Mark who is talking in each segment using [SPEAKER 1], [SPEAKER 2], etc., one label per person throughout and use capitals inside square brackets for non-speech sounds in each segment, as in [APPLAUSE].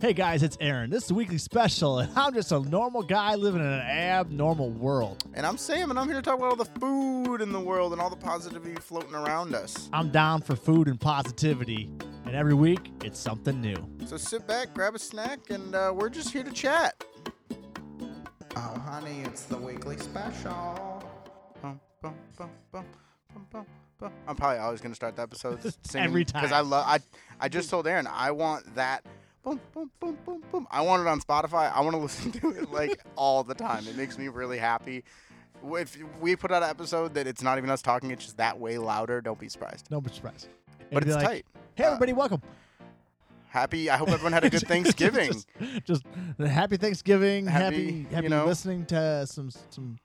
[SPEAKER 1] Hey guys, it's Aaron. This is the weekly special, and I'm just a normal guy living in an abnormal world.
[SPEAKER 2] And I'm Sam, and I'm here to talk about all the food in the world and all the positivity floating around us.
[SPEAKER 1] I'm down for food and positivity, and every week it's something new.
[SPEAKER 2] So sit back, grab a snack, and uh, we're just here to chat. Oh, honey, it's the weekly special. Bum, bum, bum, bum, bum, bum, bum. I'm probably always gonna start the [LAUGHS] episode singing
[SPEAKER 1] Every
[SPEAKER 2] because I
[SPEAKER 1] time.
[SPEAKER 2] love. I I just told Aaron I want that. Boom, boom, boom, boom, boom. I want it on Spotify. I want to [LAUGHS] listen to it like all the time. It makes me really happy. If we put out an episode that it's not even us talking, it's just that way louder. Don't be surprised.
[SPEAKER 1] No surprise.
[SPEAKER 2] But
[SPEAKER 1] It'd be
[SPEAKER 2] it's
[SPEAKER 1] like,
[SPEAKER 2] tight.
[SPEAKER 1] Hey everybody, welcome.
[SPEAKER 2] Happy. I hope everyone had a [LAUGHS] good Thanksgiving.
[SPEAKER 1] [LAUGHS] just, just happy Thanksgiving.
[SPEAKER 2] Happy,
[SPEAKER 1] Happy,
[SPEAKER 2] you
[SPEAKER 1] happy,
[SPEAKER 2] know.
[SPEAKER 1] listening to some some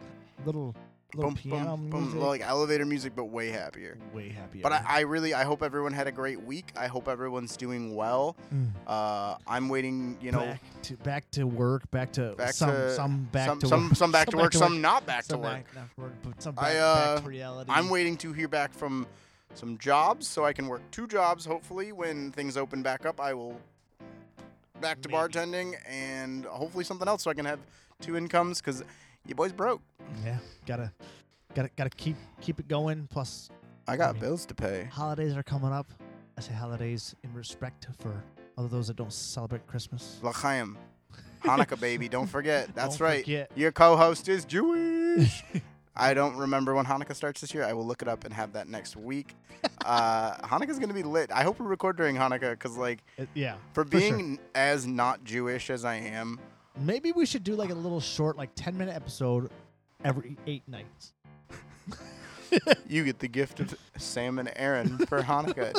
[SPEAKER 1] little little
[SPEAKER 2] Boom,
[SPEAKER 1] piano
[SPEAKER 2] boom, boom,
[SPEAKER 1] music.
[SPEAKER 2] like elevator music, but way happier.
[SPEAKER 1] Way happier.
[SPEAKER 2] But I, I really, I hope everyone had a great week. I hope everyone's doing well.
[SPEAKER 1] Mm.
[SPEAKER 2] Uh, I'm waiting, you know,
[SPEAKER 1] back to back to work, back to
[SPEAKER 2] back
[SPEAKER 1] some
[SPEAKER 2] to
[SPEAKER 1] some back
[SPEAKER 2] some,
[SPEAKER 1] to
[SPEAKER 2] some,
[SPEAKER 1] work, [LAUGHS]
[SPEAKER 2] some back to work, some not back
[SPEAKER 1] some
[SPEAKER 2] to work.
[SPEAKER 1] back- not work, but some back,
[SPEAKER 2] I, uh,
[SPEAKER 1] back to reality.
[SPEAKER 2] I'm waiting to hear back from some jobs, so I can work two jobs. Hopefully, when things open back up, I will back to
[SPEAKER 1] Maybe.
[SPEAKER 2] bartending and hopefully something else, so I can have two incomes. Cause you boys broke.
[SPEAKER 1] Yeah, gotta, gotta, gotta keep keep it going. Plus,
[SPEAKER 2] I got
[SPEAKER 1] mean-
[SPEAKER 2] bills
[SPEAKER 1] [LAUGHS]
[SPEAKER 2] to pay.
[SPEAKER 1] holidays are coming up. I say holidays in respect for all of those that don't celebrate Christmas.
[SPEAKER 2] L'chaim. Hanukkah, baby. Don't forget. That's
[SPEAKER 1] Don't
[SPEAKER 2] right.
[SPEAKER 1] forget.
[SPEAKER 2] Your co host
[SPEAKER 1] [LAUGHS]
[SPEAKER 2] is Jewish. I don't remember when Hanukkah starts this year. I will look it up and have that next week.
[SPEAKER 1] [LAUGHS]
[SPEAKER 2] Uh, Hanukkah's going to be lit. I hope we record during Hanukkah because, like,
[SPEAKER 1] Uh, yeah,
[SPEAKER 2] for
[SPEAKER 1] sure.
[SPEAKER 2] being as not Jewish as I am,
[SPEAKER 1] maybe we should do like a little short, like ten minute episode every eight nights.
[SPEAKER 2] you get the gift of Sam and Aaron for
[SPEAKER 1] [LAUGHS]
[SPEAKER 2] Hanukkah.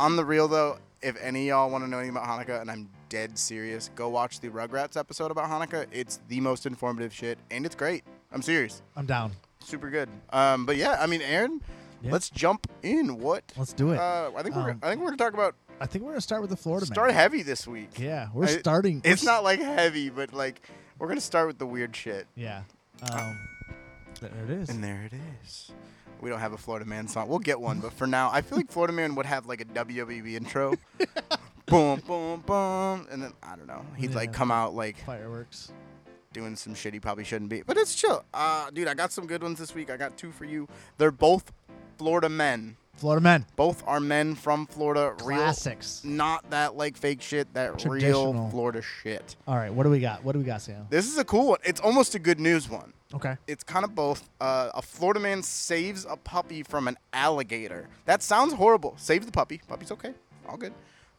[SPEAKER 2] On the real, though, if any of y'all want to know anything about Hanukkah, and I'm dead serious, go watch the Rugrats episode about Hanukkah. It's the most informative shit, and it's great. I'm serious.
[SPEAKER 1] I'm down.
[SPEAKER 2] super good. Um, but yeah, I mean, Aaron,
[SPEAKER 1] Yeah.
[SPEAKER 2] let's jump in. What?
[SPEAKER 1] Let's do it.
[SPEAKER 2] Uh, I think we're
[SPEAKER 1] Um,
[SPEAKER 2] I think we're gonna talk about
[SPEAKER 1] I think we're gonna start with the Florida
[SPEAKER 2] start
[SPEAKER 1] man.
[SPEAKER 2] heavy this week.
[SPEAKER 1] Yeah, we're
[SPEAKER 2] I-
[SPEAKER 1] starting. we're
[SPEAKER 2] It's
[SPEAKER 1] s-
[SPEAKER 2] not like heavy, but like we're gonna start with the weird shit.
[SPEAKER 1] Yeah. Um, there it is.
[SPEAKER 2] And there it is. We don't have a Florida Man song. We'll get one, but for now, I feel like Florida Man would have like a WWE
[SPEAKER 1] [LAUGHS]
[SPEAKER 2] intro. boom, boom, boom, and then I don't know. He'd like
[SPEAKER 1] Yeah.
[SPEAKER 2] come out like
[SPEAKER 1] Fireworks.
[SPEAKER 2] doing some shit he probably shouldn't be, but it's chill. Uh, dude, I got some good ones this week. I got two for you. They're both Florida men.
[SPEAKER 1] Florida men.
[SPEAKER 2] Both are men from Florida. Real
[SPEAKER 1] Classics.
[SPEAKER 2] not that like fake shit, that real
[SPEAKER 1] Traditional.
[SPEAKER 2] Florida shit.
[SPEAKER 1] All right, what do we got? What do we got, Sam?
[SPEAKER 2] This is a cool one. It's almost a good news one.
[SPEAKER 1] Okay.
[SPEAKER 2] It's kind of both. Uh, a Florida man saves a puppy from an alligator. That sounds horrible. Save the puppy. Puppy's okay. All good.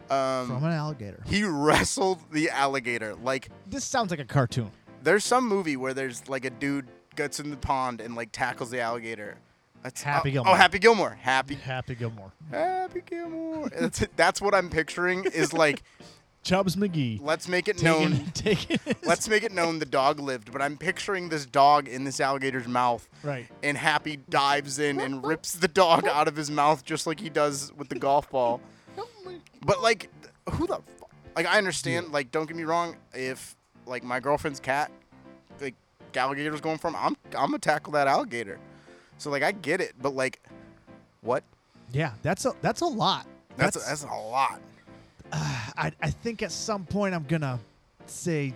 [SPEAKER 1] From
[SPEAKER 2] Um,
[SPEAKER 1] an alligator.
[SPEAKER 2] he wrestled the alligator. Like
[SPEAKER 1] This sounds like a cartoon.
[SPEAKER 2] there's some movie where there's like a dude gets in the pond and like tackles the alligator. That's
[SPEAKER 1] Happy
[SPEAKER 2] oh,
[SPEAKER 1] Gilmore.
[SPEAKER 2] Oh, Happy Gilmore. Happy
[SPEAKER 1] Happy Gilmore.
[SPEAKER 2] Happy Gilmore. That's it. That's what I'm picturing. Is like
[SPEAKER 1] Chubbs McGee.
[SPEAKER 2] let's make it
[SPEAKER 1] taking- [LAUGHS]
[SPEAKER 2] known.
[SPEAKER 1] taking his-
[SPEAKER 2] Let's make it known the dog lived, but I'm picturing this dog in this alligator's mouth.
[SPEAKER 1] Right.
[SPEAKER 2] And Happy dives in and rips
[SPEAKER 1] [LAUGHS]
[SPEAKER 2] the dog out of his mouth just like he does with the golf ball. But like, who the fuck? Like, I understand. Like, don't get me wrong. If like my girlfriend's cat, like alligator was going for him, I'm I'm gonna tackle that alligator. So like, I get it. But like, what?
[SPEAKER 1] Yeah, that's a that's a lot.
[SPEAKER 2] That's that's, a lot.
[SPEAKER 1] I, I think at some point I'm gonna say.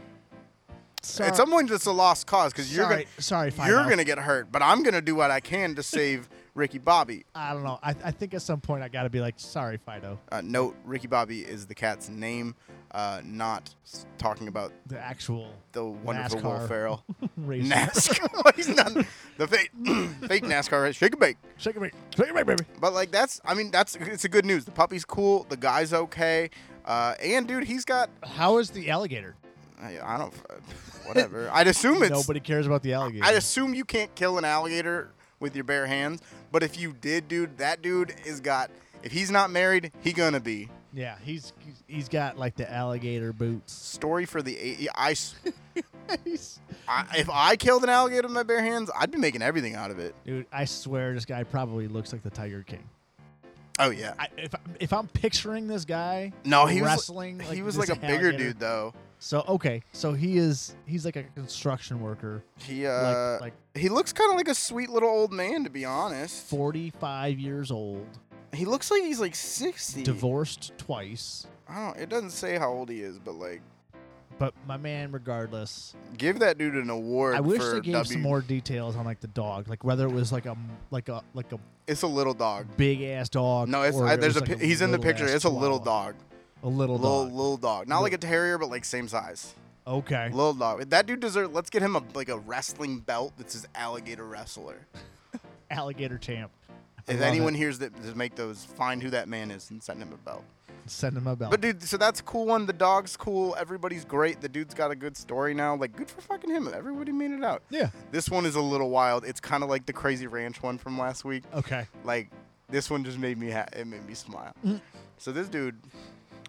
[SPEAKER 1] Sorry,
[SPEAKER 2] At some point, it's a lost cause because you're
[SPEAKER 1] sorry,
[SPEAKER 2] gonna
[SPEAKER 1] sorry, Fido.
[SPEAKER 2] you're gonna get hurt, but I'm gonna do what I can to save Ricky Bobby.
[SPEAKER 1] I don't know. I, I think at some point I gotta be like, sorry, Fido.
[SPEAKER 2] Uh, note: Ricky Bobby is the cat's name, uh, not s- talking about
[SPEAKER 1] The actual
[SPEAKER 2] the wonderful Will
[SPEAKER 1] NASCAR.
[SPEAKER 2] Ferrell.
[SPEAKER 1] [LAUGHS] race. [LAUGHS]
[SPEAKER 2] NASCAR, [LAUGHS] he's not the fake, [CLEARS THROAT] fake NASCAR race. Shake and bake.
[SPEAKER 1] Shake it, baby. Shake it, baby.
[SPEAKER 2] But like that's, I mean, that's it's a good news. The puppy's cool. The guy's okay. Uh, and dude, he's got
[SPEAKER 1] How is the alligator?
[SPEAKER 2] I, I don't [LAUGHS]
[SPEAKER 1] [LAUGHS]
[SPEAKER 2] whatever. I'd assume it's.
[SPEAKER 1] Nobody cares about the alligator.
[SPEAKER 2] I'd assume you can't kill an alligator with your bare hands. But if you did, dude, that dude is got. If he's not married, he gonna be.
[SPEAKER 1] yeah, he's, he's he's got like the alligator boots. [LAUGHS]
[SPEAKER 2] Story for the eight. I s-
[SPEAKER 1] He's-
[SPEAKER 2] I, if I killed an alligator with my bare hands, I'd be making everything out of it.
[SPEAKER 1] Dude, I swear this guy probably looks like the Tiger King.
[SPEAKER 2] Oh yeah.
[SPEAKER 1] I, if if I'm picturing this guy,
[SPEAKER 2] No, he
[SPEAKER 1] wrestling.
[SPEAKER 2] was
[SPEAKER 1] like
[SPEAKER 2] he was
[SPEAKER 1] this
[SPEAKER 2] like a bigger
[SPEAKER 1] alligator.
[SPEAKER 2] dude though.
[SPEAKER 1] So okay, so he is he's like a construction worker,
[SPEAKER 2] He uh
[SPEAKER 1] like like
[SPEAKER 2] he looks kind of like a sweet little old man to be honest.
[SPEAKER 1] 45 years old,
[SPEAKER 2] He looks like he's like 60.
[SPEAKER 1] divorced twice.
[SPEAKER 2] I don't it doesn't say how old he is, but like
[SPEAKER 1] But my man, regardless,
[SPEAKER 2] Give that dude an award.
[SPEAKER 1] I wish
[SPEAKER 2] for
[SPEAKER 1] they gave
[SPEAKER 2] w.
[SPEAKER 1] some more details on like the dog, like whether it was like a like a like a
[SPEAKER 2] It's a little dog.
[SPEAKER 1] big ass dog.
[SPEAKER 2] No, it's
[SPEAKER 1] or
[SPEAKER 2] I,
[SPEAKER 1] it
[SPEAKER 2] there's a,
[SPEAKER 1] was, like,
[SPEAKER 2] pi- he's in the
[SPEAKER 1] little-ass
[SPEAKER 2] picture. It's a little
[SPEAKER 1] chihuahua.
[SPEAKER 2] dog.
[SPEAKER 1] A little
[SPEAKER 2] Little
[SPEAKER 1] dog.
[SPEAKER 2] little dog. Not like a terrier, but like same size.
[SPEAKER 1] okay.
[SPEAKER 2] Little dog. That dude deserves. Let's get him a like a wrestling belt that's his alligator wrestler.
[SPEAKER 1] Alligator champ. I
[SPEAKER 2] If
[SPEAKER 1] love
[SPEAKER 2] anyone
[SPEAKER 1] it.
[SPEAKER 2] hears that, just make those. Find who that man is and send him a belt.
[SPEAKER 1] send him a belt.
[SPEAKER 2] But dude, so that's a cool one. The dog's cool. Everybody's great. The dude's got a good story now. Like good for fucking him. Everybody made it out.
[SPEAKER 1] yeah.
[SPEAKER 2] This one is a little wild. It's kind of like the Crazy Ranch one from last week.
[SPEAKER 1] Okay.
[SPEAKER 2] Like this one just made me ha- it made me smile. So this dude,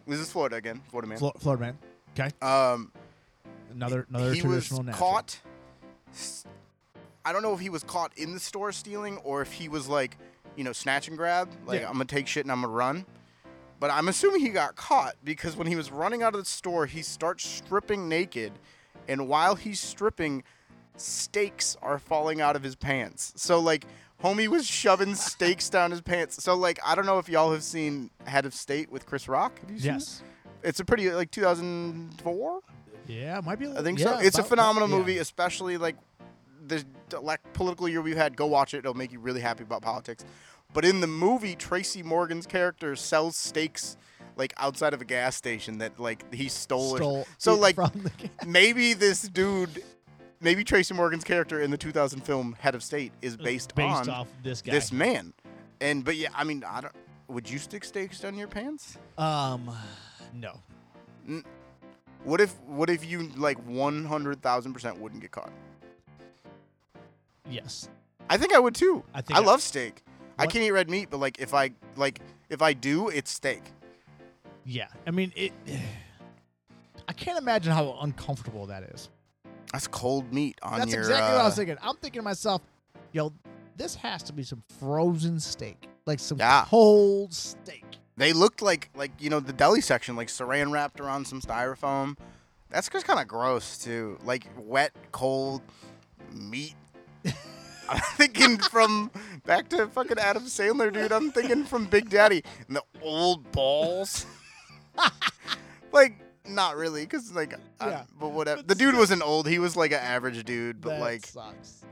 [SPEAKER 2] this is Florida again, Florida man.
[SPEAKER 1] Flo- Florida man. Okay.
[SPEAKER 2] um,
[SPEAKER 1] Another another
[SPEAKER 2] he was
[SPEAKER 1] traditional natural.
[SPEAKER 2] caught. s- I don't know if he was caught in the store stealing or if he was like, you know, snatch and grab. Like
[SPEAKER 1] Yeah.
[SPEAKER 2] I'm gonna take shit and I'm gonna run. But I'm assuming he got caught because when he was running out of the store, he starts stripping naked, and while he's stripping, stakes are falling out of his pants. So like, homie
[SPEAKER 1] [LAUGHS]
[SPEAKER 2] was shoving stakes down his pants. So like, I don't know if y'all have seen Head of State with Chris Rock. Have you seen?
[SPEAKER 1] Yes.
[SPEAKER 2] it? It's a pretty like 2004.
[SPEAKER 1] Yeah, it might be.
[SPEAKER 2] I think
[SPEAKER 1] yeah,
[SPEAKER 2] so. It's a
[SPEAKER 1] about-
[SPEAKER 2] phenomenal
[SPEAKER 1] yeah.
[SPEAKER 2] movie, especially like the the, like political year we've had. Go watch it; it'll make you really happy about politics. But in the movie, Tracy Morgan's character sells steaks like outside of a gas station that like he stole. or-
[SPEAKER 1] Stole
[SPEAKER 2] so
[SPEAKER 1] it
[SPEAKER 2] like
[SPEAKER 1] from [LAUGHS] the guy.
[SPEAKER 2] maybe this dude, maybe Tracy Morgan's character in the 2000 film Head of State is based,
[SPEAKER 1] based
[SPEAKER 2] on
[SPEAKER 1] off this guy.
[SPEAKER 2] this man. And but yeah, I mean, I don't. Would you stick steaks down your pants?
[SPEAKER 1] um, no.
[SPEAKER 2] What if what if you like 100,000 percent wouldn't get caught?
[SPEAKER 1] Yes.
[SPEAKER 2] I think I would too.
[SPEAKER 1] I
[SPEAKER 2] I
[SPEAKER 1] think
[SPEAKER 2] think I,
[SPEAKER 1] I-
[SPEAKER 2] love steak. I
[SPEAKER 1] What-
[SPEAKER 2] can't eat red meat, but like if I like if I do, it's steak.
[SPEAKER 1] Yeah. I mean it. I can't imagine how uncomfortable that is.
[SPEAKER 2] That's cold meat on
[SPEAKER 1] That's
[SPEAKER 2] your.
[SPEAKER 1] exactly what I was
[SPEAKER 2] uh,
[SPEAKER 1] thinking. I'm thinking to myself, yo, this has to be some frozen steak, like some
[SPEAKER 2] Yeah.
[SPEAKER 1] cold steak.
[SPEAKER 2] They looked like like you know the deli section, like saran wrapped around some styrofoam. That's just kind of gross too. Like wet, cold meat. [LAUGHS] I'm thinking from back to fucking Adam Sandler, dude. I'm thinking from Big Daddy and the old balls. [LAUGHS] like not really, because like, I-
[SPEAKER 1] Yeah,
[SPEAKER 2] but whatever.
[SPEAKER 1] but
[SPEAKER 2] The dude wasn't old. He was like an average dude, but
[SPEAKER 1] that
[SPEAKER 2] like
[SPEAKER 1] sucks.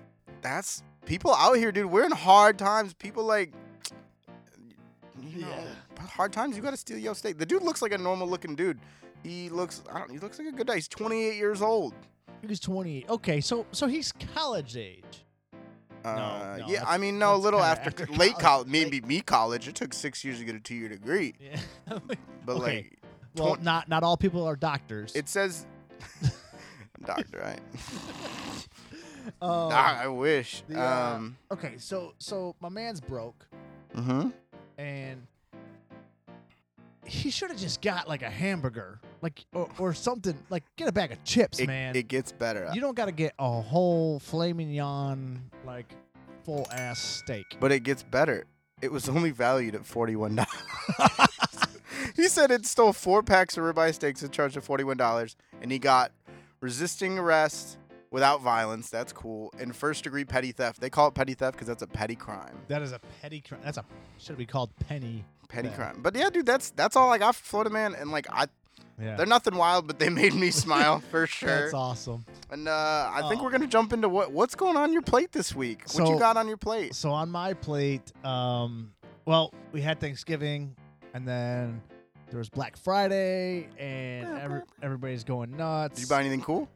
[SPEAKER 2] that's people out here, dude. We're in hard times. People like, you know,
[SPEAKER 1] Yeah.
[SPEAKER 2] hard times. You got to steal your steak. The dude looks like a normal looking dude. He looks, I don't. He looks like a good guy. He's 28 years old.
[SPEAKER 1] He was 28. Okay, so so he's college age.
[SPEAKER 2] uh,
[SPEAKER 1] no,
[SPEAKER 2] yeah,
[SPEAKER 1] that's-
[SPEAKER 2] I mean, no, a
[SPEAKER 1] that's
[SPEAKER 2] little
[SPEAKER 1] kinda [LAUGHS]
[SPEAKER 2] after,
[SPEAKER 1] after
[SPEAKER 2] late
[SPEAKER 1] college,
[SPEAKER 2] college,
[SPEAKER 1] late-
[SPEAKER 2] maybe me college. It took six years to get a two year degree, [LAUGHS]
[SPEAKER 1] Yeah.
[SPEAKER 2] but
[SPEAKER 1] Okay.
[SPEAKER 2] like,
[SPEAKER 1] well,
[SPEAKER 2] Twen-
[SPEAKER 1] not not all people are doctors.
[SPEAKER 2] it says, I'm doctor, right?
[SPEAKER 1] [LAUGHS] Um,
[SPEAKER 2] Ah, I wish.
[SPEAKER 1] the, uh,
[SPEAKER 2] um,
[SPEAKER 1] okay, so so my man's broke,
[SPEAKER 2] hmm
[SPEAKER 1] and he should have just got like a hamburger, like or, or something, like get a bag of chips,
[SPEAKER 2] it,
[SPEAKER 1] man.
[SPEAKER 2] it uh, gets better.
[SPEAKER 1] you don't got to get a whole filet mignon, like full ass steak.
[SPEAKER 2] but it gets better. It was only valued at forty-one dollars. [LAUGHS] he said it stole four packs of ribeye steaks and charged at forty-one dollars, and he got resisting arrest without violence. That's cool. And first-degree petty theft. They call it petty theft because that's a petty crime.
[SPEAKER 1] That is a petty crime. That's a should be called penny.
[SPEAKER 2] Petty
[SPEAKER 1] Yeah.
[SPEAKER 2] crime. But yeah, dude, that's that's all I got for Florida Man. And like, I
[SPEAKER 1] Yeah,
[SPEAKER 2] they're nothing wild, but they made
[SPEAKER 1] [LAUGHS]
[SPEAKER 2] me smile for sure.
[SPEAKER 1] that's awesome.
[SPEAKER 2] And uh, I think
[SPEAKER 1] Oh.
[SPEAKER 2] we're gonna jump into what what's going on your plate this week. what
[SPEAKER 1] So-
[SPEAKER 2] you got on your plate?
[SPEAKER 1] So on my plate, um, well, we had Thanksgiving, and then there was Black Friday, and every, everybody's going nuts.
[SPEAKER 2] Did you buy anything cool?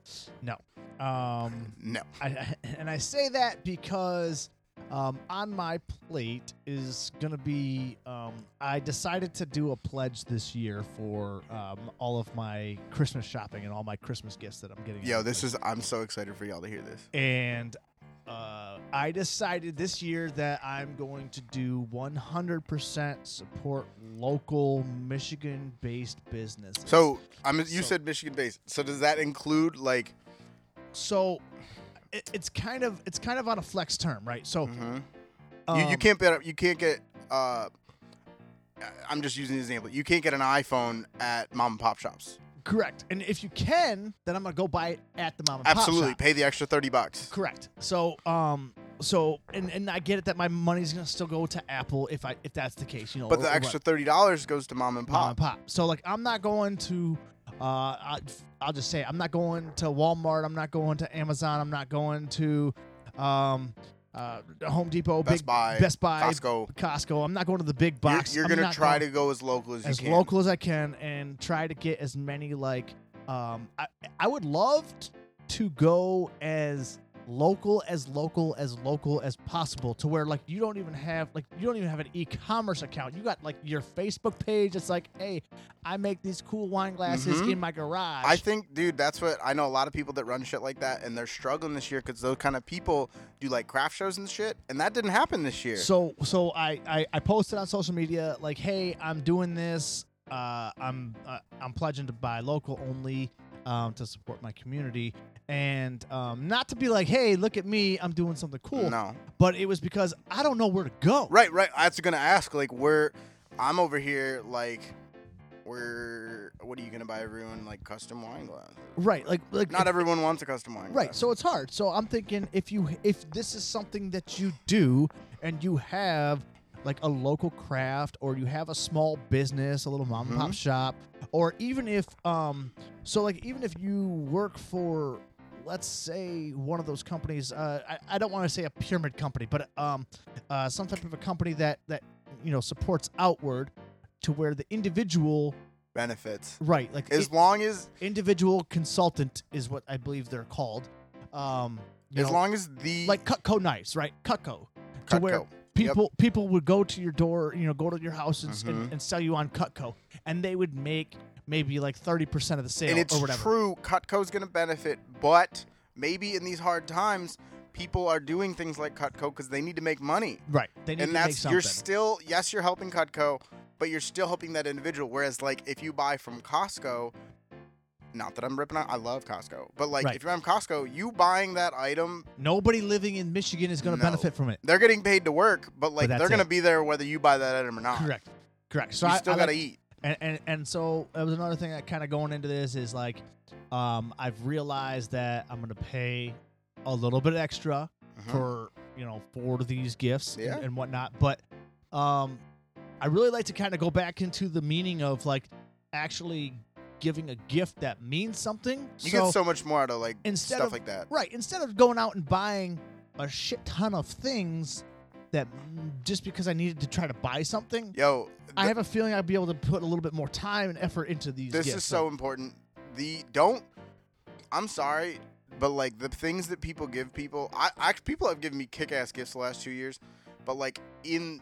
[SPEAKER 1] um,
[SPEAKER 2] No.
[SPEAKER 1] I- I, [LAUGHS] and I say that because um, on my plate is going to be. Um, I decided to do a pledge this year for um, all of my Christmas shopping and all my Christmas gifts that I'm getting.
[SPEAKER 2] Yo, this is I'm so excited for y'all to hear this.
[SPEAKER 1] And uh, I decided this year that I'm going to do 100% support local Michigan based businesses.
[SPEAKER 2] So I'm. You
[SPEAKER 1] So-
[SPEAKER 2] said Michigan based. So does that include like?
[SPEAKER 1] so. It, it's kind of it's kind of on a flex term, right? So
[SPEAKER 2] Mm-hmm. you, you
[SPEAKER 1] um,
[SPEAKER 2] can't bet. You can't get. Uh, I'm just using an example. You can't get an iPhone at mom and pop shops.
[SPEAKER 1] Correct. And if you can, then I'm gonna go buy it at the mom and
[SPEAKER 2] Absolutely,
[SPEAKER 1] pop shop.
[SPEAKER 2] pay the extra thirty bucks.
[SPEAKER 1] Correct. So, um, so and and I get it that my money's gonna still go to Apple if I if that's the case, you know.
[SPEAKER 2] But
[SPEAKER 1] or-
[SPEAKER 2] the
[SPEAKER 1] or
[SPEAKER 2] extra thirty dollars goes to mom and
[SPEAKER 1] what- mom and
[SPEAKER 2] pop.
[SPEAKER 1] pop. So like I'm not going to Uh, I, I'll just say I'm not going to Walmart. I'm not going to Amazon. I'm not going to um, uh, Home Depot,
[SPEAKER 2] Best
[SPEAKER 1] Big
[SPEAKER 2] Buy,
[SPEAKER 1] Best Buy,
[SPEAKER 2] Costco.
[SPEAKER 1] Costco. I'm not going to the big
[SPEAKER 2] You're-
[SPEAKER 1] box.
[SPEAKER 2] You're,
[SPEAKER 1] I'm
[SPEAKER 2] gonna
[SPEAKER 1] not
[SPEAKER 2] try
[SPEAKER 1] going-
[SPEAKER 2] to go as local as,
[SPEAKER 1] as
[SPEAKER 2] you can.
[SPEAKER 1] local as I can and try to get as many like um I, I would love t- to go as local as local as local as possible to where like you don't even have like you don't even have an e-commerce account you got like your facebook page it's like hey i make these cool wine glasses
[SPEAKER 2] Mhm.
[SPEAKER 1] in my garage
[SPEAKER 2] I think, dude, that's what I know. A lot of people that run shit like that, and they're struggling this year because those kind of people do like craft shows and shit, and that didn't happen this year.
[SPEAKER 1] So so I, I I posted on social media like, hey, I'm doing this. Uh, I'm uh, I'm pledging to buy local only um, to support my community, and um, not to be like, hey, look at me, I'm doing something cool.
[SPEAKER 2] No,
[SPEAKER 1] But it was because I don't know where to go.
[SPEAKER 2] right, right. I was gonna ask, like, where I'm over here, like, where what are you gonna buy everyone like custom wine glass?
[SPEAKER 1] Right, like like
[SPEAKER 2] Not everyone wants a custom wine
[SPEAKER 1] right.
[SPEAKER 2] glass.
[SPEAKER 1] So it's hard. So I'm thinking if you if this is something that you do and you have like a local craft or you have a small business, a little mom and pop
[SPEAKER 2] Mhm.
[SPEAKER 1] shop, or even if um so like even if you work for let's say one of those companies uh, I, I don't want to say a pyramid company but um uh, some type of a company that that you know supports outward to where the individual
[SPEAKER 2] benefits.
[SPEAKER 1] right like
[SPEAKER 2] As
[SPEAKER 1] i-
[SPEAKER 2] long as
[SPEAKER 1] individual consultant is what I believe they're called. Um, you
[SPEAKER 2] as
[SPEAKER 1] know,
[SPEAKER 2] long as the
[SPEAKER 1] like Cutco knives, right? Cutco, to where
[SPEAKER 2] Cutco.
[SPEAKER 1] people people would go to your door, you know, go to your house and, s- and,
[SPEAKER 2] Mhm.
[SPEAKER 1] and sell you on Cutco, and they would make maybe like thirty percent of the sale
[SPEAKER 2] and it's
[SPEAKER 1] or whatever.
[SPEAKER 2] true cutco's going to benefit but maybe in these hard times people are doing things like cutco because they need to make money
[SPEAKER 1] Right? They need to
[SPEAKER 2] and
[SPEAKER 1] make
[SPEAKER 2] that's you're
[SPEAKER 1] something.
[SPEAKER 2] still yes you're helping cutco but you're still helping that individual whereas like if you buy from costco not that i'm ripping on i love costco but like
[SPEAKER 1] Right.
[SPEAKER 2] if you're from costco you buying that item
[SPEAKER 1] Nobody living in Michigan is going to
[SPEAKER 2] No.
[SPEAKER 1] benefit from it.
[SPEAKER 2] they're getting paid to work but like
[SPEAKER 1] that's
[SPEAKER 2] they're going to
[SPEAKER 1] it.
[SPEAKER 2] be there whether you buy that item or not
[SPEAKER 1] Correct. Correct. So
[SPEAKER 2] you
[SPEAKER 1] I,
[SPEAKER 2] still
[SPEAKER 1] I
[SPEAKER 2] got to
[SPEAKER 1] like-
[SPEAKER 2] eat
[SPEAKER 1] and, and and so that was another thing that kind of going into this is like, um, I've realized that I'm going to pay a little bit extra
[SPEAKER 2] Mhm.
[SPEAKER 1] for you know for these gifts
[SPEAKER 2] Yeah.
[SPEAKER 1] and, and whatnot. But um, I really like to kind of go back into the meaning of like actually giving a gift that means something.
[SPEAKER 2] you
[SPEAKER 1] so,
[SPEAKER 2] get so much more out of like
[SPEAKER 1] instead
[SPEAKER 2] stuff
[SPEAKER 1] of-
[SPEAKER 2] like that
[SPEAKER 1] right instead of going out and buying a shit ton of things that mm, just because I needed to try to buy something.
[SPEAKER 2] yo
[SPEAKER 1] I
[SPEAKER 2] th-
[SPEAKER 1] have a feeling I'd be able to put a little bit more time and effort into these.
[SPEAKER 2] this
[SPEAKER 1] gifts.
[SPEAKER 2] is so important the don't i'm sorry but like the things that people give people i, I people have given me kick-ass gifts the last two years but like in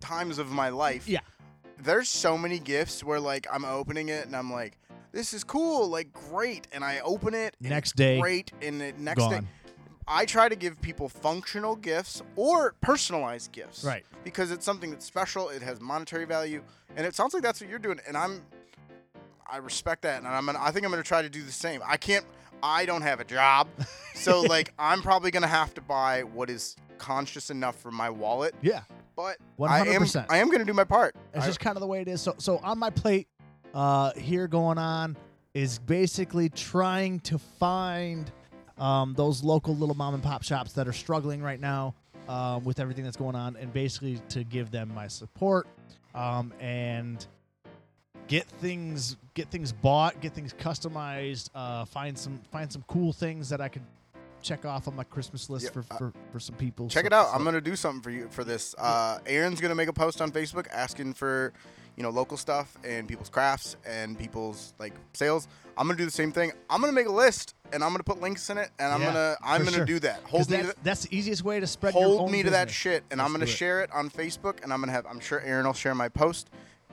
[SPEAKER 2] times of my life
[SPEAKER 1] Yeah.
[SPEAKER 2] there's so many gifts where like i'm opening it and i'm like this is cool like great and i open it and
[SPEAKER 1] Next
[SPEAKER 2] it's
[SPEAKER 1] day,
[SPEAKER 2] great and the next
[SPEAKER 1] gone.
[SPEAKER 2] day i try to give people functional gifts or personalized gifts
[SPEAKER 1] Right.
[SPEAKER 2] because it's something that's special. It has monetary value, and it sounds like that's what you're doing. And I'm, I respect that, and I'm. Gonna, I think I'm going to try to do the same. I can't. I don't have
[SPEAKER 1] [LAUGHS]
[SPEAKER 2] a job, so like I'm probably going to have to buy what is conscious enough for my wallet.
[SPEAKER 1] Yeah.
[SPEAKER 2] But I am.
[SPEAKER 1] 100%.
[SPEAKER 2] I am going to do my part.
[SPEAKER 1] It's
[SPEAKER 2] I-
[SPEAKER 1] just kind of the way it is. So, so on my plate uh, here going on is basically trying to find um, those local little mom and pop shops that are struggling right now um, with everything that's going on, and basically to give them my support um, and get things get things bought, get things customized, uh, find some find some cool things that I could check off on my Christmas list
[SPEAKER 2] Yeah,
[SPEAKER 1] for,
[SPEAKER 2] uh,
[SPEAKER 1] for for some people.
[SPEAKER 2] Check
[SPEAKER 1] So-
[SPEAKER 2] it out.
[SPEAKER 1] so-
[SPEAKER 2] I'm gonna do something for you for this. Uh, Aaron's gonna make a post on Facebook asking for, you know, local stuff and people's crafts and people's like sales. I'm gonna do the same thing. I'm gonna make a list and I'm gonna put links in it and I'm
[SPEAKER 1] Yeah,
[SPEAKER 2] gonna I'm
[SPEAKER 1] for
[SPEAKER 2] gonna
[SPEAKER 1] sure.
[SPEAKER 2] do that.
[SPEAKER 1] 'Cause
[SPEAKER 2] Hold me to,
[SPEAKER 1] that's, that's the easiest way to
[SPEAKER 2] th-
[SPEAKER 1] spread your
[SPEAKER 2] hold
[SPEAKER 1] own
[SPEAKER 2] me to that
[SPEAKER 1] business.
[SPEAKER 2] shit and
[SPEAKER 1] Let's
[SPEAKER 2] I'm gonna
[SPEAKER 1] do it.
[SPEAKER 2] share it on Facebook and I'm gonna have I'm sure Aaron will share my post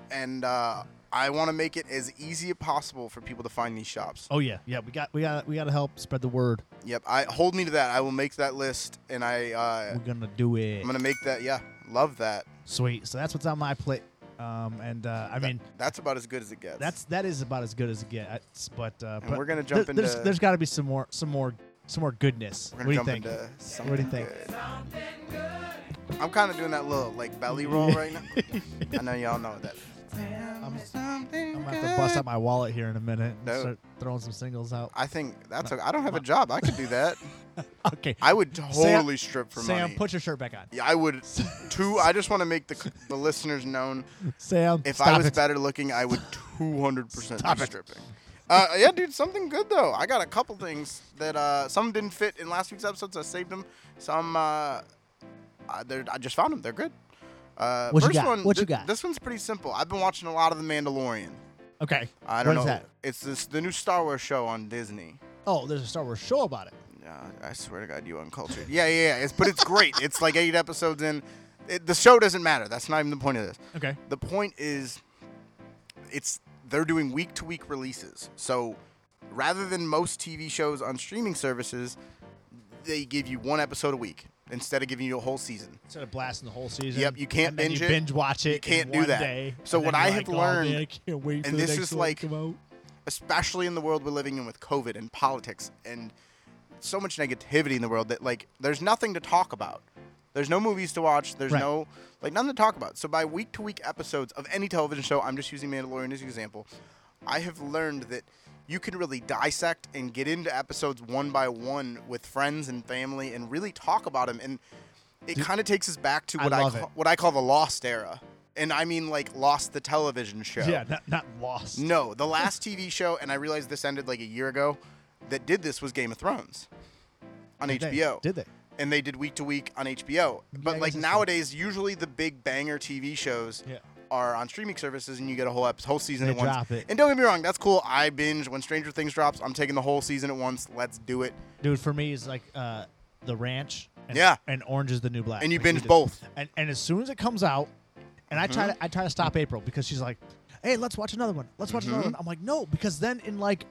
[SPEAKER 2] and uh, I want to make it as easy as possible for people to find these shops.
[SPEAKER 1] Oh yeah, yeah. We got we got we got to help spread the word.
[SPEAKER 2] Yep. I hold me to that. I will make that list and I uh,
[SPEAKER 1] We're gonna do it.
[SPEAKER 2] I'm gonna make that. Yeah, love that.
[SPEAKER 1] Sweet. So that's what's on my plate. Um, and uh, I
[SPEAKER 2] That-
[SPEAKER 1] mean
[SPEAKER 2] that's about as good as it gets.
[SPEAKER 1] that's that is about as good as it gets. But uh,
[SPEAKER 2] and
[SPEAKER 1] but
[SPEAKER 2] we're gonna jump
[SPEAKER 1] th- there's,
[SPEAKER 2] into
[SPEAKER 1] there's got to be some more some more some more goodness.
[SPEAKER 2] we're
[SPEAKER 1] What do
[SPEAKER 2] gonna
[SPEAKER 1] you think?
[SPEAKER 2] jump into something.
[SPEAKER 1] What do you think?
[SPEAKER 2] good. I'm kind of doing that little like belly roll
[SPEAKER 1] [LAUGHS]
[SPEAKER 2] right now. I know y'all know that.
[SPEAKER 1] I'm, I'm gonna have to bust out my wallet here in a minute and
[SPEAKER 2] No.
[SPEAKER 1] start throwing some singles out.
[SPEAKER 2] I think that's. Okay. I don't have a job. I could do that.
[SPEAKER 1] [LAUGHS] Okay,
[SPEAKER 2] I would totally strip for
[SPEAKER 1] Sam,
[SPEAKER 2] money.
[SPEAKER 1] put your shirt back on.
[SPEAKER 2] yeah,
[SPEAKER 1] [LAUGHS]
[SPEAKER 2] I would. Two. I just want to make the the listeners known.
[SPEAKER 1] Sam,
[SPEAKER 2] If
[SPEAKER 1] stop
[SPEAKER 2] I was
[SPEAKER 1] it.
[SPEAKER 2] better looking, I would
[SPEAKER 1] [LAUGHS]
[SPEAKER 2] 200 percent
[SPEAKER 1] Stop it.
[SPEAKER 2] stripping. Uh, yeah, dude, something good though. I got a couple things that uh, some didn't fit in last week's episode, so I saved them. Some uh, I, they're- I just found them. They're good. Uh,
[SPEAKER 1] What you
[SPEAKER 2] first
[SPEAKER 1] got?
[SPEAKER 2] one.
[SPEAKER 1] What you
[SPEAKER 2] thi-
[SPEAKER 1] got?
[SPEAKER 2] This one's pretty simple. I've been watching a lot of The Mandalorian.
[SPEAKER 1] Okay.
[SPEAKER 2] I don't
[SPEAKER 1] What is
[SPEAKER 2] know.
[SPEAKER 1] that?
[SPEAKER 2] It's this the new Star Wars show on Disney.
[SPEAKER 1] Oh, there's a Star Wars show about it.
[SPEAKER 2] Yeah, I swear to God, you uncultured. Yeah, yeah, yeah. It's, but it's great. It's like eight episodes in. It, the show doesn't matter. That's not even the point of this.
[SPEAKER 1] Okay.
[SPEAKER 2] The point is, it's they're doing week to week releases. So rather than most TV shows on streaming services, they give you one episode a week instead of giving you a whole season.
[SPEAKER 1] Instead of blasting the whole season.
[SPEAKER 2] Yep, you can't
[SPEAKER 1] and then
[SPEAKER 2] binge
[SPEAKER 1] you
[SPEAKER 2] it.
[SPEAKER 1] binge watch it.
[SPEAKER 2] You can't
[SPEAKER 1] in
[SPEAKER 2] do
[SPEAKER 1] one
[SPEAKER 2] that.
[SPEAKER 1] day,
[SPEAKER 2] So
[SPEAKER 1] and
[SPEAKER 2] what
[SPEAKER 1] then
[SPEAKER 2] I
[SPEAKER 1] you're
[SPEAKER 2] have
[SPEAKER 1] like, "Oh, man,
[SPEAKER 2] learned-
[SPEAKER 1] I can't wait
[SPEAKER 2] and
[SPEAKER 1] for the
[SPEAKER 2] this
[SPEAKER 1] next
[SPEAKER 2] is
[SPEAKER 1] one to
[SPEAKER 2] like-
[SPEAKER 1] come out."
[SPEAKER 2] especially in the world we're living in with COVID and politics and so much negativity in the world that like there's nothing to talk about. There's no movies to watch. There's
[SPEAKER 1] Right.
[SPEAKER 2] no like nothing to talk about. So by week to week episodes of any television show, I'm just using Mandalorian as an example. I have learned that you can really dissect and get into episodes one by one with friends and family and really talk about them. And it kind of takes us back to
[SPEAKER 1] I
[SPEAKER 2] what I,
[SPEAKER 1] love
[SPEAKER 2] ca-
[SPEAKER 1] it.
[SPEAKER 2] what I call the lost era. And I mean like lost the television show.
[SPEAKER 1] Yeah, not, not lost.
[SPEAKER 2] No, the last TV show, and I realized this ended like a year ago, that did this was Game of Thrones on
[SPEAKER 1] Did they-
[SPEAKER 2] HBO.
[SPEAKER 1] Did they?
[SPEAKER 2] and they did week to week on HBO.
[SPEAKER 1] I
[SPEAKER 2] But
[SPEAKER 1] guess
[SPEAKER 2] like
[SPEAKER 1] that's
[SPEAKER 2] nowadays, usually the big banger TV shows
[SPEAKER 1] Yeah.
[SPEAKER 2] are on streaming services, and you get a whole ep- whole season
[SPEAKER 1] They
[SPEAKER 2] at once.
[SPEAKER 1] drop it.
[SPEAKER 2] And don't get me wrong, that's cool. I binge when Stranger Things drops. I'm taking the whole season at once. Let's do it.
[SPEAKER 1] Dude, for me, it's like uh, The Ranch. And,
[SPEAKER 2] Yeah.
[SPEAKER 1] And Orange is the New Black.
[SPEAKER 2] And you
[SPEAKER 1] Like, we
[SPEAKER 2] binge
[SPEAKER 1] did-
[SPEAKER 2] both. Mm-hmm.
[SPEAKER 1] And, and as soon as it comes out, and I try to I try to stop April because she's like, "Hey, let's watch another one. Let's watch
[SPEAKER 2] Mm-hmm.
[SPEAKER 1] another one." I'm like, "No," because then in like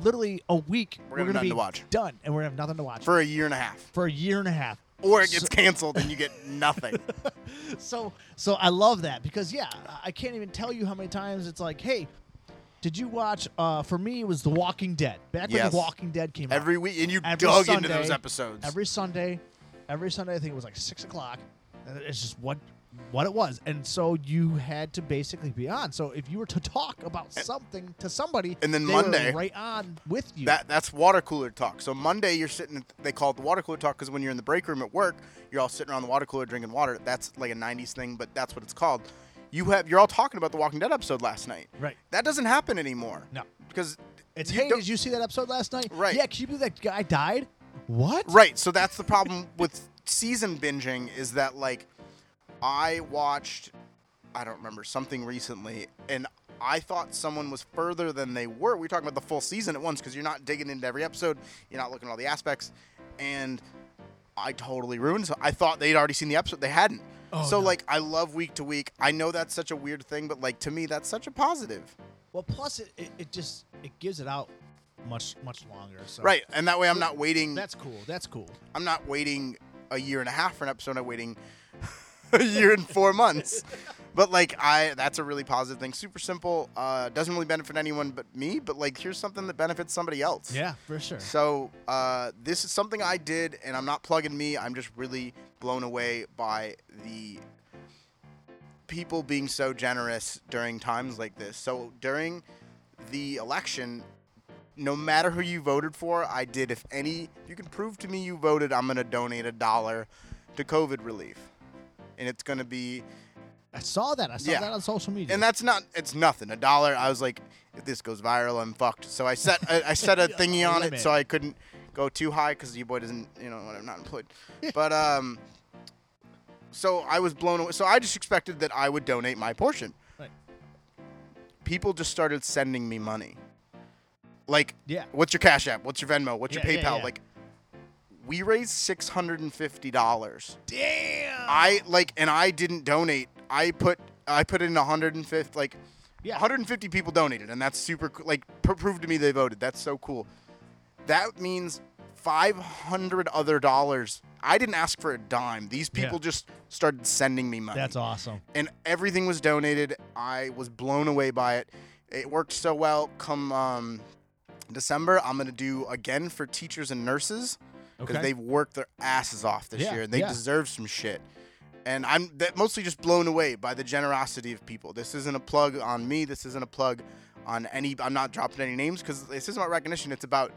[SPEAKER 1] literally a week
[SPEAKER 2] We're gonna have
[SPEAKER 1] be
[SPEAKER 2] nothing to watch.
[SPEAKER 1] done, and we're gonna have nothing to watch for,
[SPEAKER 2] for a year and a half,
[SPEAKER 1] a year and a half.
[SPEAKER 2] or it gets canceled and you get
[SPEAKER 1] [LAUGHS]
[SPEAKER 2] nothing.
[SPEAKER 1] So so I love that because yeah, I- I can't even tell you how many times it's like, "Hey, did you watch?" Uh, for me, it was The Walking Dead. Back when
[SPEAKER 2] Yes.
[SPEAKER 1] The Walking Dead came out,
[SPEAKER 2] Every week, and you
[SPEAKER 1] Every
[SPEAKER 2] dug
[SPEAKER 1] Sunday,
[SPEAKER 2] into those episodes.
[SPEAKER 1] every Sunday, every Sunday. I think it was like six o'clock. and It's just what what it was, and so you had to basically be on. So if you were to talk about something to somebody,
[SPEAKER 2] And then
[SPEAKER 1] they were
[SPEAKER 2] Monday-
[SPEAKER 1] right on with you.
[SPEAKER 2] That that's water cooler talk. So Monday you're sitting. They call it the water cooler talk because when you're in the break room at work, you're all sitting around the water cooler drinking water. That's like a '90s thing, but that's what it's called. You have you're all talking about the Walking Dead episode last night.
[SPEAKER 1] Right.
[SPEAKER 2] That doesn't happen anymore.
[SPEAKER 1] No.
[SPEAKER 2] Because
[SPEAKER 1] it's
[SPEAKER 2] you
[SPEAKER 1] hey,
[SPEAKER 2] don't-
[SPEAKER 1] did you see that episode last night?
[SPEAKER 2] Right.
[SPEAKER 1] Yeah, can you believe that guy died? What?
[SPEAKER 2] Right. So that's the problem with season binging is that like I watched I don't remember something recently and I thought someone was further than they were. We were talking about the full season at once because you're not digging into every episode, you're not looking at all the aspects, and I totally ruined. So I thought they'd already seen the episode, they hadn't.
[SPEAKER 1] Oh,
[SPEAKER 2] so
[SPEAKER 1] no.
[SPEAKER 2] like I love week to week. I know that's such a weird thing, but like to me that's such a positive.
[SPEAKER 1] Well, plus it, it, it just it gives it out much much longer. So
[SPEAKER 2] Right. And that way I'm not waiting
[SPEAKER 1] That's cool. That's cool.
[SPEAKER 2] I'm not waiting a year and a half for an episode. I'm waiting [LAUGHS] a year and four months. But like I, that's a really positive thing. Super simple. Uh, doesn't really benefit anyone but me. But like, here's something that benefits somebody else.
[SPEAKER 1] Yeah, for sure.
[SPEAKER 2] So uh, this is something I did, and I'm not plugging me. I'm just really blown away by the people being so generous during times like this. So during the election, no matter who you voted for, I did. If any, if you can prove to me you voted, I'm gonna donate a dollar to COVID relief, and it's gonna be
[SPEAKER 1] I saw that. I saw
[SPEAKER 2] Yeah.
[SPEAKER 1] that on social media.
[SPEAKER 2] and that's not it's nothing a dollar i was like if this goes viral i'm fucked so i set i, I
[SPEAKER 1] [LAUGHS]
[SPEAKER 2] set a thingy on it so i couldn't go too high because your boy doesn't you know when i'm not employed but um so i was blown away so i just expected that i would donate my portion
[SPEAKER 1] Right.
[SPEAKER 2] people just started sending me money like
[SPEAKER 1] Yeah.
[SPEAKER 2] what's your cash app what's your venmo what's
[SPEAKER 1] Yeah,
[SPEAKER 2] your
[SPEAKER 1] yeah,
[SPEAKER 2] paypal
[SPEAKER 1] yeah.
[SPEAKER 2] like we raised $650
[SPEAKER 1] Damn.
[SPEAKER 2] I like, and I didn't donate. I put I put in 105 like,
[SPEAKER 1] Yeah.
[SPEAKER 2] 150 people donated, and that's super cool. Like, pr- prove to me they voted. That's so cool. That means 500 other dollars. I didn't ask for a dime. These
[SPEAKER 1] Yeah.
[SPEAKER 2] people just started sending me money
[SPEAKER 1] That's awesome.
[SPEAKER 2] and everything was donated. I was blown away by it. It worked so well. Come um, December, I'm gonna do again for teachers and nurses because
[SPEAKER 1] Okay.
[SPEAKER 2] they've worked their asses off this
[SPEAKER 1] Yeah,
[SPEAKER 2] year and they
[SPEAKER 1] yeah.
[SPEAKER 2] deserve some shit. And I'm that mostly just blown away by the generosity of people. This isn't a plug on me. This isn't a plug on any. I'm not dropping any names because this isn't about recognition. It's about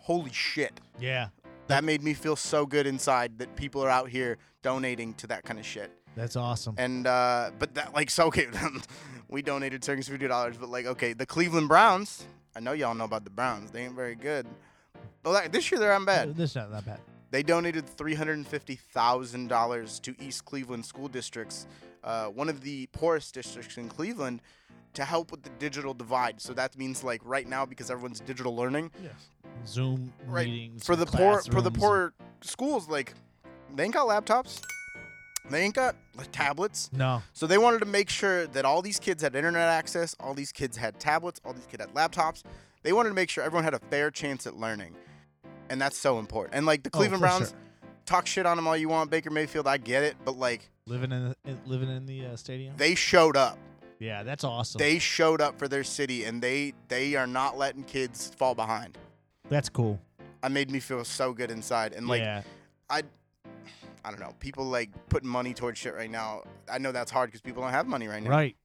[SPEAKER 2] holy shit.
[SPEAKER 1] Yeah.
[SPEAKER 2] That made me feel so good inside that people are out here donating to that kind of shit.
[SPEAKER 1] That's awesome.
[SPEAKER 2] And uh, but that like so okay, [LAUGHS] we donated two hundred fifty dollars. But like okay, the Cleveland Browns. I know y'all know about the Browns. They ain't very good. But like, this year they're on bad.
[SPEAKER 1] This is not that bad.
[SPEAKER 2] They donated three hundred and fifty thousand dollars to East Cleveland school districts, uh, one of the poorest districts in Cleveland, to help with the digital divide. So that means like right now because everyone's digital learning,
[SPEAKER 1] Yeah. Zoom
[SPEAKER 2] Right.
[SPEAKER 1] meetings
[SPEAKER 2] for the poor for the
[SPEAKER 1] classrooms.
[SPEAKER 2] poor schools like they ain't got laptops they ain't got like, tablets
[SPEAKER 1] No. Oh,
[SPEAKER 2] so they wanted to make sure that all these kids had internet access all these kids had tablets all these kids had laptops they wanted to make sure everyone had a fair chance at learning and that's so important and like the
[SPEAKER 1] Oh,
[SPEAKER 2] cleveland
[SPEAKER 1] for
[SPEAKER 2] browns
[SPEAKER 1] sure.
[SPEAKER 2] talk shit on them all you want baker mayfield i get it but like
[SPEAKER 1] living in the, living in the uh, stadium.
[SPEAKER 2] they showed up
[SPEAKER 1] yeah, that's awesome.
[SPEAKER 2] they showed up for their city and they they are not letting kids fall behind
[SPEAKER 1] that's cool.
[SPEAKER 2] i made me feel so good inside and like
[SPEAKER 1] yeah.
[SPEAKER 2] I I don't know. People like putting money towards shit right now. I know that's hard because people don't have money right now.
[SPEAKER 1] Right.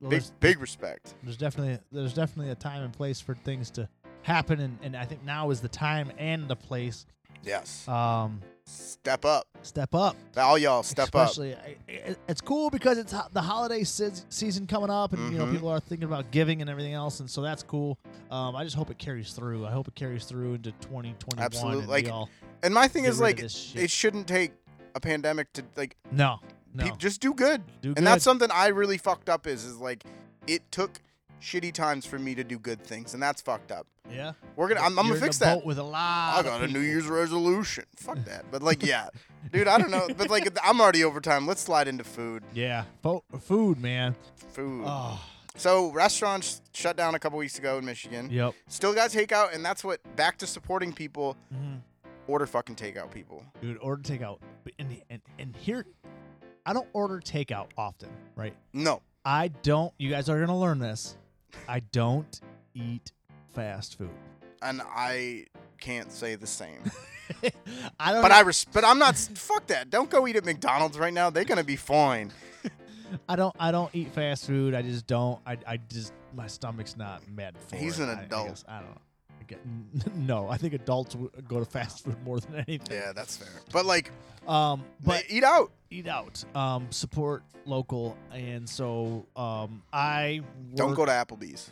[SPEAKER 1] Well,
[SPEAKER 2] Big
[SPEAKER 1] there's,
[SPEAKER 2] big respect.
[SPEAKER 1] there's definitely there's definitely a time and place for things to happen, and, and I think now is the time and the place.
[SPEAKER 2] Yes.
[SPEAKER 1] Um,
[SPEAKER 2] Step up.
[SPEAKER 1] step up.
[SPEAKER 2] All y'all step
[SPEAKER 1] Especially, I- I- it's cool because it's ho- the holiday se- season coming up, and you know
[SPEAKER 2] Mhm.
[SPEAKER 1] people are thinking about giving and everything else, and so that's cool. Um, I just hope it carries through. I hope it carries through into 2021.
[SPEAKER 2] Absolute-
[SPEAKER 1] and
[SPEAKER 2] like,
[SPEAKER 1] we all
[SPEAKER 2] up. And my thing
[SPEAKER 1] get
[SPEAKER 2] is
[SPEAKER 1] rid of
[SPEAKER 2] like
[SPEAKER 1] this shit.
[SPEAKER 2] it shouldn't take a pandemic to like
[SPEAKER 1] no, no,
[SPEAKER 2] pe- just do good.
[SPEAKER 1] Do
[SPEAKER 2] and
[SPEAKER 1] good.
[SPEAKER 2] that's something I really fucked up is is like it took shitty times for me to do good things and that's fucked up.
[SPEAKER 1] yeah.
[SPEAKER 2] We're going to I'm, I'm
[SPEAKER 1] You're
[SPEAKER 2] going
[SPEAKER 1] in
[SPEAKER 2] to fix
[SPEAKER 1] a
[SPEAKER 2] that.
[SPEAKER 1] boat with a lot.
[SPEAKER 2] I
[SPEAKER 1] of
[SPEAKER 2] got a New
[SPEAKER 1] people.
[SPEAKER 2] Year's resolution.
[SPEAKER 1] [LAUGHS]
[SPEAKER 2] Fuck that. But like yeah. Dude, I don't know. But like [LAUGHS] I'm already over time. Let's slide into food.
[SPEAKER 1] Yeah, Fo- food, man.
[SPEAKER 2] Food.
[SPEAKER 1] Oh,
[SPEAKER 2] So restaurants shut down a couple weeks ago in Michigan.
[SPEAKER 1] yep.
[SPEAKER 2] Still got takeout, and that's what back to supporting people.
[SPEAKER 1] Mhm.
[SPEAKER 2] Order fucking takeout, people.
[SPEAKER 1] Dude, order takeout. But and, and and here, I don't order takeout often, right?
[SPEAKER 2] No,
[SPEAKER 1] I don't. You guys are gonna learn this. I don't eat fast food.
[SPEAKER 2] and I can't say
[SPEAKER 1] [LAUGHS]
[SPEAKER 2] the same.
[SPEAKER 1] I don't.
[SPEAKER 2] But I res- but I'm not. fuck that. Don't go eat at McDonald's right now. They're gonna be fine.
[SPEAKER 1] I don't. I don't eat fast food. I just don't. I. I just. My stomach's not meant for
[SPEAKER 2] He's
[SPEAKER 1] it.
[SPEAKER 2] an
[SPEAKER 1] I- I
[SPEAKER 2] adult.
[SPEAKER 1] guess- I, don't. know. I get- [LAUGHS] no, I think adults would go to fast food more than anything.
[SPEAKER 2] Yeah, that's fair. But like,
[SPEAKER 1] Um, but
[SPEAKER 2] but eat out.
[SPEAKER 1] eat out. Um, support local, and so um, I
[SPEAKER 2] Don't
[SPEAKER 1] work-
[SPEAKER 2] go to Applebee's.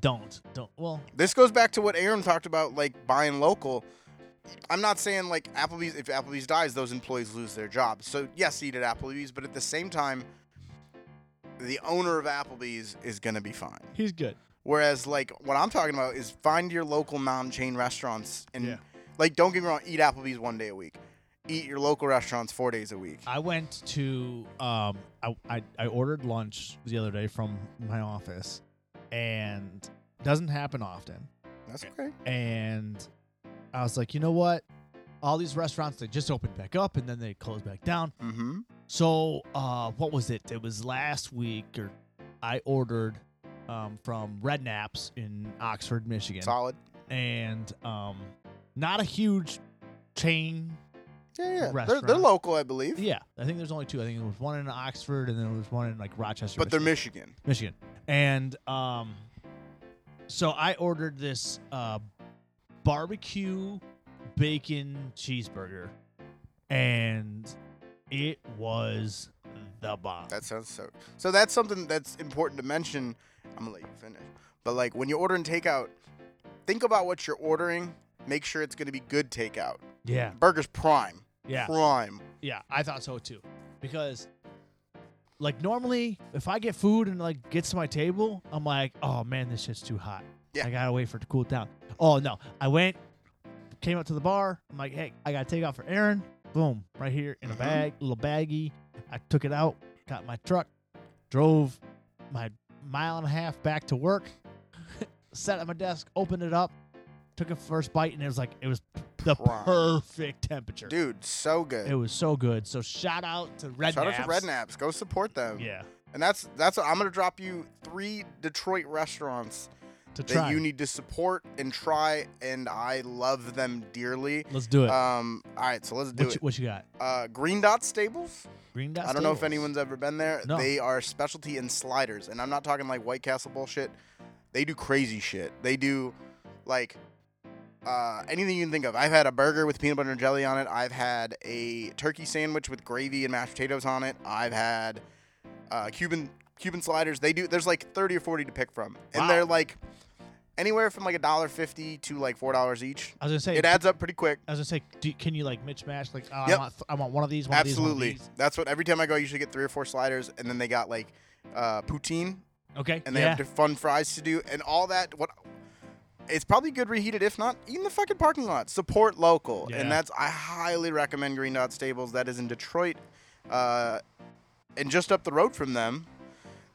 [SPEAKER 1] Don't don't. Well,
[SPEAKER 2] This goes back to what Aaron talked about, like buying local. I'm not saying like Applebee's. If Applebee's dies, those employees lose their jobs. So yes, eat at Applebee's, but at the same time, the owner of Applebee's is gonna be fine.
[SPEAKER 1] he's good.
[SPEAKER 2] Whereas like what I'm talking about is find your local non-chain restaurants and
[SPEAKER 1] Yeah.
[SPEAKER 2] like don't get me wrong, eat Applebee's one day a week, eat your local restaurants four days a week.
[SPEAKER 1] I went to um, I, I I ordered lunch the other day from my office, and doesn't happen often.
[SPEAKER 2] That's okay.
[SPEAKER 1] and I was like, you know what? All these restaurants they just opened back up and then they closed back down.
[SPEAKER 2] Mm-hmm.
[SPEAKER 1] So uh, what was it? It was last week, or I ordered um, from Red Naps in Oxford, Michigan,
[SPEAKER 2] Solid.
[SPEAKER 1] and um, not a huge chain.
[SPEAKER 2] Yeah, yeah. They're, they're
[SPEAKER 1] Restaurant.
[SPEAKER 2] local, I believe.
[SPEAKER 1] Yeah, I think there's only two. I think there was one in Oxford and then there was one in like Rochester.
[SPEAKER 2] But they're
[SPEAKER 1] Michigan.
[SPEAKER 2] Michigan.
[SPEAKER 1] Michigan. And um, so I ordered this uh, barbecue bacon cheeseburger, and it was the bomb.
[SPEAKER 2] That sounds so. So that's something that's important to mention. I'm gonna let you finish. But like when you're ordering takeout, think about what you're ordering. Make sure it's gonna be good takeout.
[SPEAKER 1] yeah,
[SPEAKER 2] Burgers prime.
[SPEAKER 1] yeah,
[SPEAKER 2] Prime.
[SPEAKER 1] yeah. I thought so too, because like normally if I get food and like gets to my table, I'm like, oh man, this shit's too hot.
[SPEAKER 2] Yeah.
[SPEAKER 1] I gotta wait for it to cool down. Oh no, I went, came up to the bar. I'm like, hey, I gotta take out for Aaron. Boom, right here in a
[SPEAKER 2] Mhm.
[SPEAKER 1] bag, little baggie. I took it out, got in my truck, drove my mile and a half back to work, [LAUGHS] sat at my desk, opened it up, took a first bite, and it was like it was the
[SPEAKER 2] Prime.
[SPEAKER 1] perfect temperature.
[SPEAKER 2] Dude, so good.
[SPEAKER 1] It was so good. So shout out to Red
[SPEAKER 2] Shout
[SPEAKER 1] Naps.
[SPEAKER 2] out to Red Naps. Go support them.
[SPEAKER 1] Yeah,
[SPEAKER 2] And that's that's I'm gonna drop you three Detroit restaurants
[SPEAKER 1] to
[SPEAKER 2] that
[SPEAKER 1] try.
[SPEAKER 2] you need to support and try. And I love them dearly.
[SPEAKER 1] Let's do it.
[SPEAKER 2] Um. All right. So let's do
[SPEAKER 1] what, you,
[SPEAKER 2] it.
[SPEAKER 1] what you got?
[SPEAKER 2] Uh, Green Dot Stables.
[SPEAKER 1] Green Dot.
[SPEAKER 2] I don't know if
[SPEAKER 1] Stables.
[SPEAKER 2] anyone's ever been there.
[SPEAKER 1] No.
[SPEAKER 2] They are specialty in sliders, and I'm not talking like White Castle bullshit. They do crazy shit. They do like uh, anything you can think of. I've had a burger with peanut butter and jelly on it. I've had a turkey sandwich with gravy and mashed potatoes on it. I've had uh, Cuban Cuban sliders. They do. There's like 30 or 40 to pick from, and
[SPEAKER 1] Wow.
[SPEAKER 2] they're like anywhere from like a dollar fifty to like four dollars each.
[SPEAKER 1] I was gonna say.
[SPEAKER 2] It adds up pretty quick.
[SPEAKER 1] I was gonna say, do, can you like mix match? Like, oh, I
[SPEAKER 2] Yep.
[SPEAKER 1] want, th- I want one of these. One
[SPEAKER 2] Absolutely.
[SPEAKER 1] Of these,
[SPEAKER 2] That's what every time I go, I usually get three or four sliders, and then they got like uh, poutine,
[SPEAKER 1] one of these. Okay.
[SPEAKER 2] and they
[SPEAKER 1] yeah.
[SPEAKER 2] have diff- fun fries to do, and all that. What? It's probably good reheated. If not, eat in the fucking parking lot. Support local,
[SPEAKER 1] Yeah.
[SPEAKER 2] and that's I highly recommend Green Dot Stables. That is in Detroit, uh, and just up the road from them.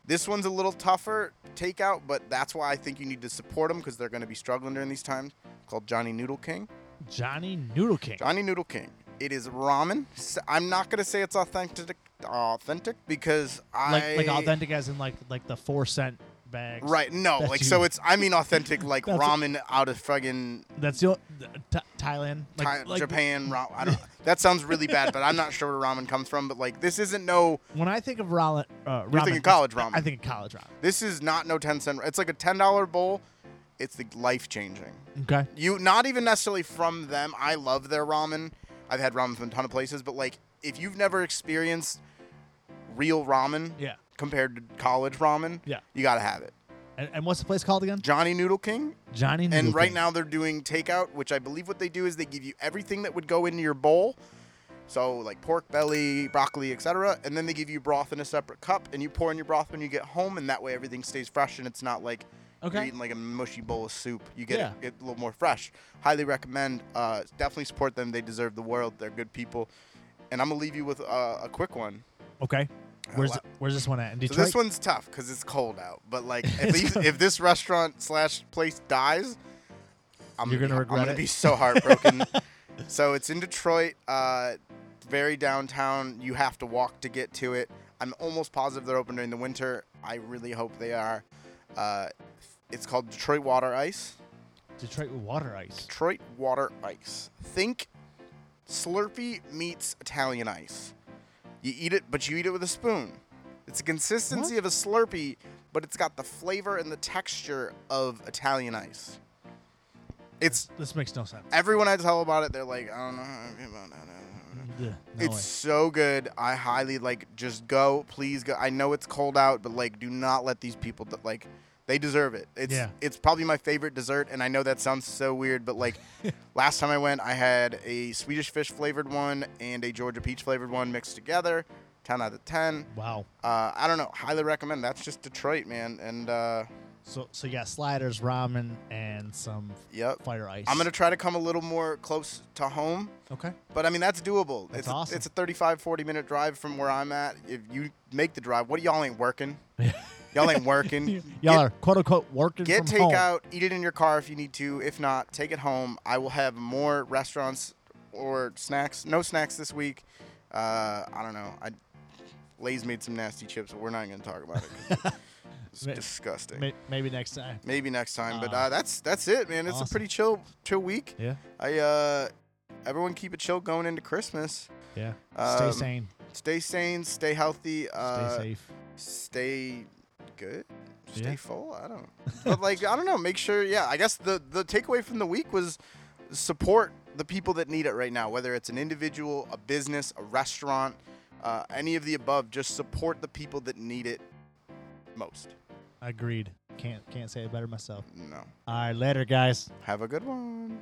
[SPEAKER 2] This one's a little tougher takeout, but that's why I think you need to support them because they're going to be struggling during these times. Called Johnny Noodle King.
[SPEAKER 1] Johnny Noodle King.
[SPEAKER 2] Johnny Noodle King. It is ramen. S- I'm not gonna say it's authentic, authentic because I
[SPEAKER 1] like, like authentic as in like like the four cent bags.
[SPEAKER 2] Right? No,
[SPEAKER 1] That's
[SPEAKER 2] like
[SPEAKER 1] you.
[SPEAKER 2] so it's. I mean
[SPEAKER 1] [LAUGHS]
[SPEAKER 2] authentic, like
[SPEAKER 1] That's-
[SPEAKER 2] ramen out of fucking
[SPEAKER 1] That's the o- th- Th- Thailand. Like,
[SPEAKER 2] Thai-
[SPEAKER 1] like
[SPEAKER 2] Japan. Ra- I don't.
[SPEAKER 1] [LAUGHS]
[SPEAKER 2] that sounds really bad, but I'm not sure where ramen comes from. But like this isn't no.
[SPEAKER 1] When I think of ramen, uh, ramen
[SPEAKER 2] You're thinking college ramen.
[SPEAKER 1] I think of college ramen.
[SPEAKER 2] This is not no ten cent. It's like a ten dollar bowl. It's the life changing.
[SPEAKER 1] Okay.
[SPEAKER 2] You not even necessarily from them. I love their ramen. I've had ramen from a ton of places, but like if you've never experienced real ramen,
[SPEAKER 1] Yeah.
[SPEAKER 2] compared to college ramen,
[SPEAKER 1] Yeah.
[SPEAKER 2] you gotta have it.
[SPEAKER 1] And, and what's the place called again?
[SPEAKER 2] Johnny Noodle King,
[SPEAKER 1] Johnny Noodle
[SPEAKER 2] and right
[SPEAKER 1] King.
[SPEAKER 2] now they're doing takeout, which I believe what they do is they give you everything that would go into your bowl, so like pork belly, broccoli, etc., and then they give you broth in a separate cup, and you pour in your broth when you get home, and that way everything stays fresh, and it's not like you're
[SPEAKER 1] Okay.
[SPEAKER 2] eating like a mushy bowl of soup. You get
[SPEAKER 1] Yeah.
[SPEAKER 2] it, get a little more fresh. Highly recommend. Uh, definitely support them. They deserve the world. They're good people. And I'm gonna leave you with uh, a quick one.
[SPEAKER 1] Okay. Where's
[SPEAKER 2] Oh, wow.
[SPEAKER 1] th- where's this one at? In
[SPEAKER 2] So
[SPEAKER 1] Detroit.
[SPEAKER 2] this one's tough because it's cold out.
[SPEAKER 1] [LAUGHS]
[SPEAKER 2] But like, at
[SPEAKER 1] It's
[SPEAKER 2] least
[SPEAKER 1] cold.
[SPEAKER 2] if this restaurant slash place dies, I'm
[SPEAKER 1] You're
[SPEAKER 2] gonna,
[SPEAKER 1] gonna
[SPEAKER 2] be,
[SPEAKER 1] regret
[SPEAKER 2] I'm gonna
[SPEAKER 1] it.
[SPEAKER 2] be
[SPEAKER 1] [LAUGHS]
[SPEAKER 2] so heartbroken. so it's in Detroit, uh, very downtown. You have to walk to get to it. I'm almost positive they're open during the winter. I really hope they are. Uh, it's called Detroit Water Ice.
[SPEAKER 1] Detroit with water ice.
[SPEAKER 2] Detroit Water Ice. Think Slurpee meets Italian ice. You eat it, but you eat it with a spoon. It's a consistency of a Slurpee, but it's got the flavor and the texture of Italian ice. It's
[SPEAKER 1] This makes no [CLEARS THROAT] sense.
[SPEAKER 2] everyone I tell about it, they're like, I don't know how I feel about that. I don't know."
[SPEAKER 1] Ugh, no
[SPEAKER 2] it's
[SPEAKER 1] way.
[SPEAKER 2] so good. I highly like just go, please go. I know it's cold out, but like do not let these people d- like they deserve it. It's
[SPEAKER 1] Yeah.
[SPEAKER 2] it's probably my favorite dessert and I know that sounds so weird,
[SPEAKER 1] [LAUGHS]
[SPEAKER 2] but like last time I went, I had a Swedish fish flavored one and a Georgia peach flavored one mixed together. 10 out of 10.
[SPEAKER 1] Wow.
[SPEAKER 2] Uh, I don't know. Highly recommend. That's just Detroit, man. And uh,
[SPEAKER 1] So so you got sliders, ramen, and some
[SPEAKER 2] yep.
[SPEAKER 1] fire ice.
[SPEAKER 2] I'm going to try to come a little more close to home.
[SPEAKER 1] Okay.
[SPEAKER 2] But I mean, that's doable.
[SPEAKER 1] That's
[SPEAKER 2] it's a,
[SPEAKER 1] awesome.
[SPEAKER 2] It's a 35, 40 minute drive from where I'm at. If you make the drive, what y'all
[SPEAKER 1] [LAUGHS]
[SPEAKER 2] ain't working? y'all ain't working.
[SPEAKER 1] Y'all are quote unquote working
[SPEAKER 2] get
[SPEAKER 1] from home.
[SPEAKER 2] takeout, eat it in your car if you need to. If not, take it home. I will have more restaurants or snacks. No snacks this week. Uh, I don't know. I Lay's made some nasty chips, but we're not going to talk about
[SPEAKER 1] [LAUGHS]
[SPEAKER 2] it. 'cause it's
[SPEAKER 1] Ma-
[SPEAKER 2] disgusting.
[SPEAKER 1] May- Maybe next time.
[SPEAKER 2] Maybe next time, but
[SPEAKER 1] Uh,
[SPEAKER 2] uh, that's that's it, man. It's
[SPEAKER 1] awesome.
[SPEAKER 2] a pretty chill chill week.
[SPEAKER 1] Yeah.
[SPEAKER 2] I uh, everyone keep it chill going into Christmas.
[SPEAKER 1] Yeah.
[SPEAKER 2] Um,
[SPEAKER 1] Stay sane.
[SPEAKER 2] stay sane, stay healthy, uh,
[SPEAKER 1] Stay
[SPEAKER 2] stay,
[SPEAKER 1] safe.
[SPEAKER 2] good, stay
[SPEAKER 1] Yeah.
[SPEAKER 2] full.
[SPEAKER 1] [LAUGHS]
[SPEAKER 2] I don't. But like I don't know. Make sure. Yeah, I guess the the takeaway from the week was support the people that need it right now. Whether it's an individual, a business, a restaurant, uh, any of the above, just support the people that need it most.
[SPEAKER 1] Agreed. Can't can't say it better myself.
[SPEAKER 2] No.
[SPEAKER 1] All right, later, guys.
[SPEAKER 2] Have a good one.